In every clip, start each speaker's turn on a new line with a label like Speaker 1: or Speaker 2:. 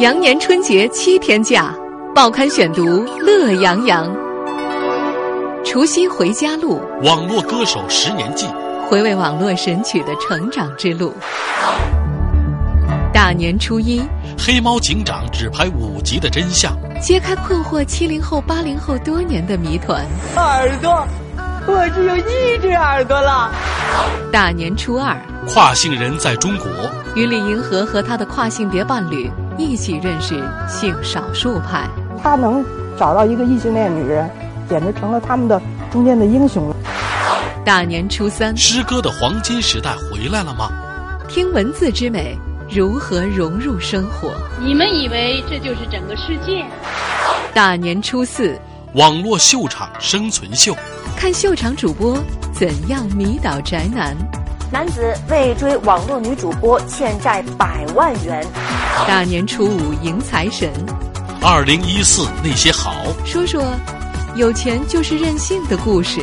Speaker 1: 羊年春节七天假，报刊选读乐洋洋。除夕回家路，
Speaker 2: 网络歌手十年记，
Speaker 1: 回味网络神曲的成长之路。大年初一，
Speaker 2: 黑猫警长只拍五集的真相，
Speaker 1: 揭开困惑七零后、八零后多年的谜团。
Speaker 3: 耳朵，我只有一只耳朵了。
Speaker 1: 大年初二，
Speaker 2: 跨性人在中国，
Speaker 1: 与李银河和他的跨性别伴侣一起认识性少数派。
Speaker 4: 他能找到一个异性恋女人，简直成了他们的中间的英雄。
Speaker 1: 大年初三，
Speaker 2: 诗歌的黄金时代回来了吗？
Speaker 1: 听文字之美，如何融入生活？
Speaker 5: 你们以为这就是整个世界？
Speaker 1: 大年初四，
Speaker 2: 网络秀场生存秀，
Speaker 1: 看秀场主播怎样迷倒宅男。
Speaker 6: 男子为追网络女主播欠债百万元。
Speaker 1: 大年初五迎财神，
Speaker 2: 二零一四那些好，
Speaker 1: 说说有钱就是任性的故事。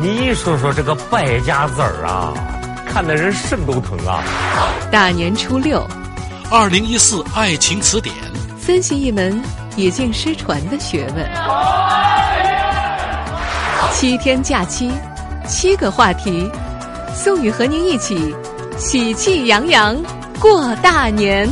Speaker 7: 你说说这个败家子儿啊，看得人肾都疼啊！
Speaker 1: 大年初六，
Speaker 2: 二零一四爱情词典，
Speaker 1: 分析一门已经失传的学问。七天假期，七个话题，宋宇和您一起喜气洋洋过大年。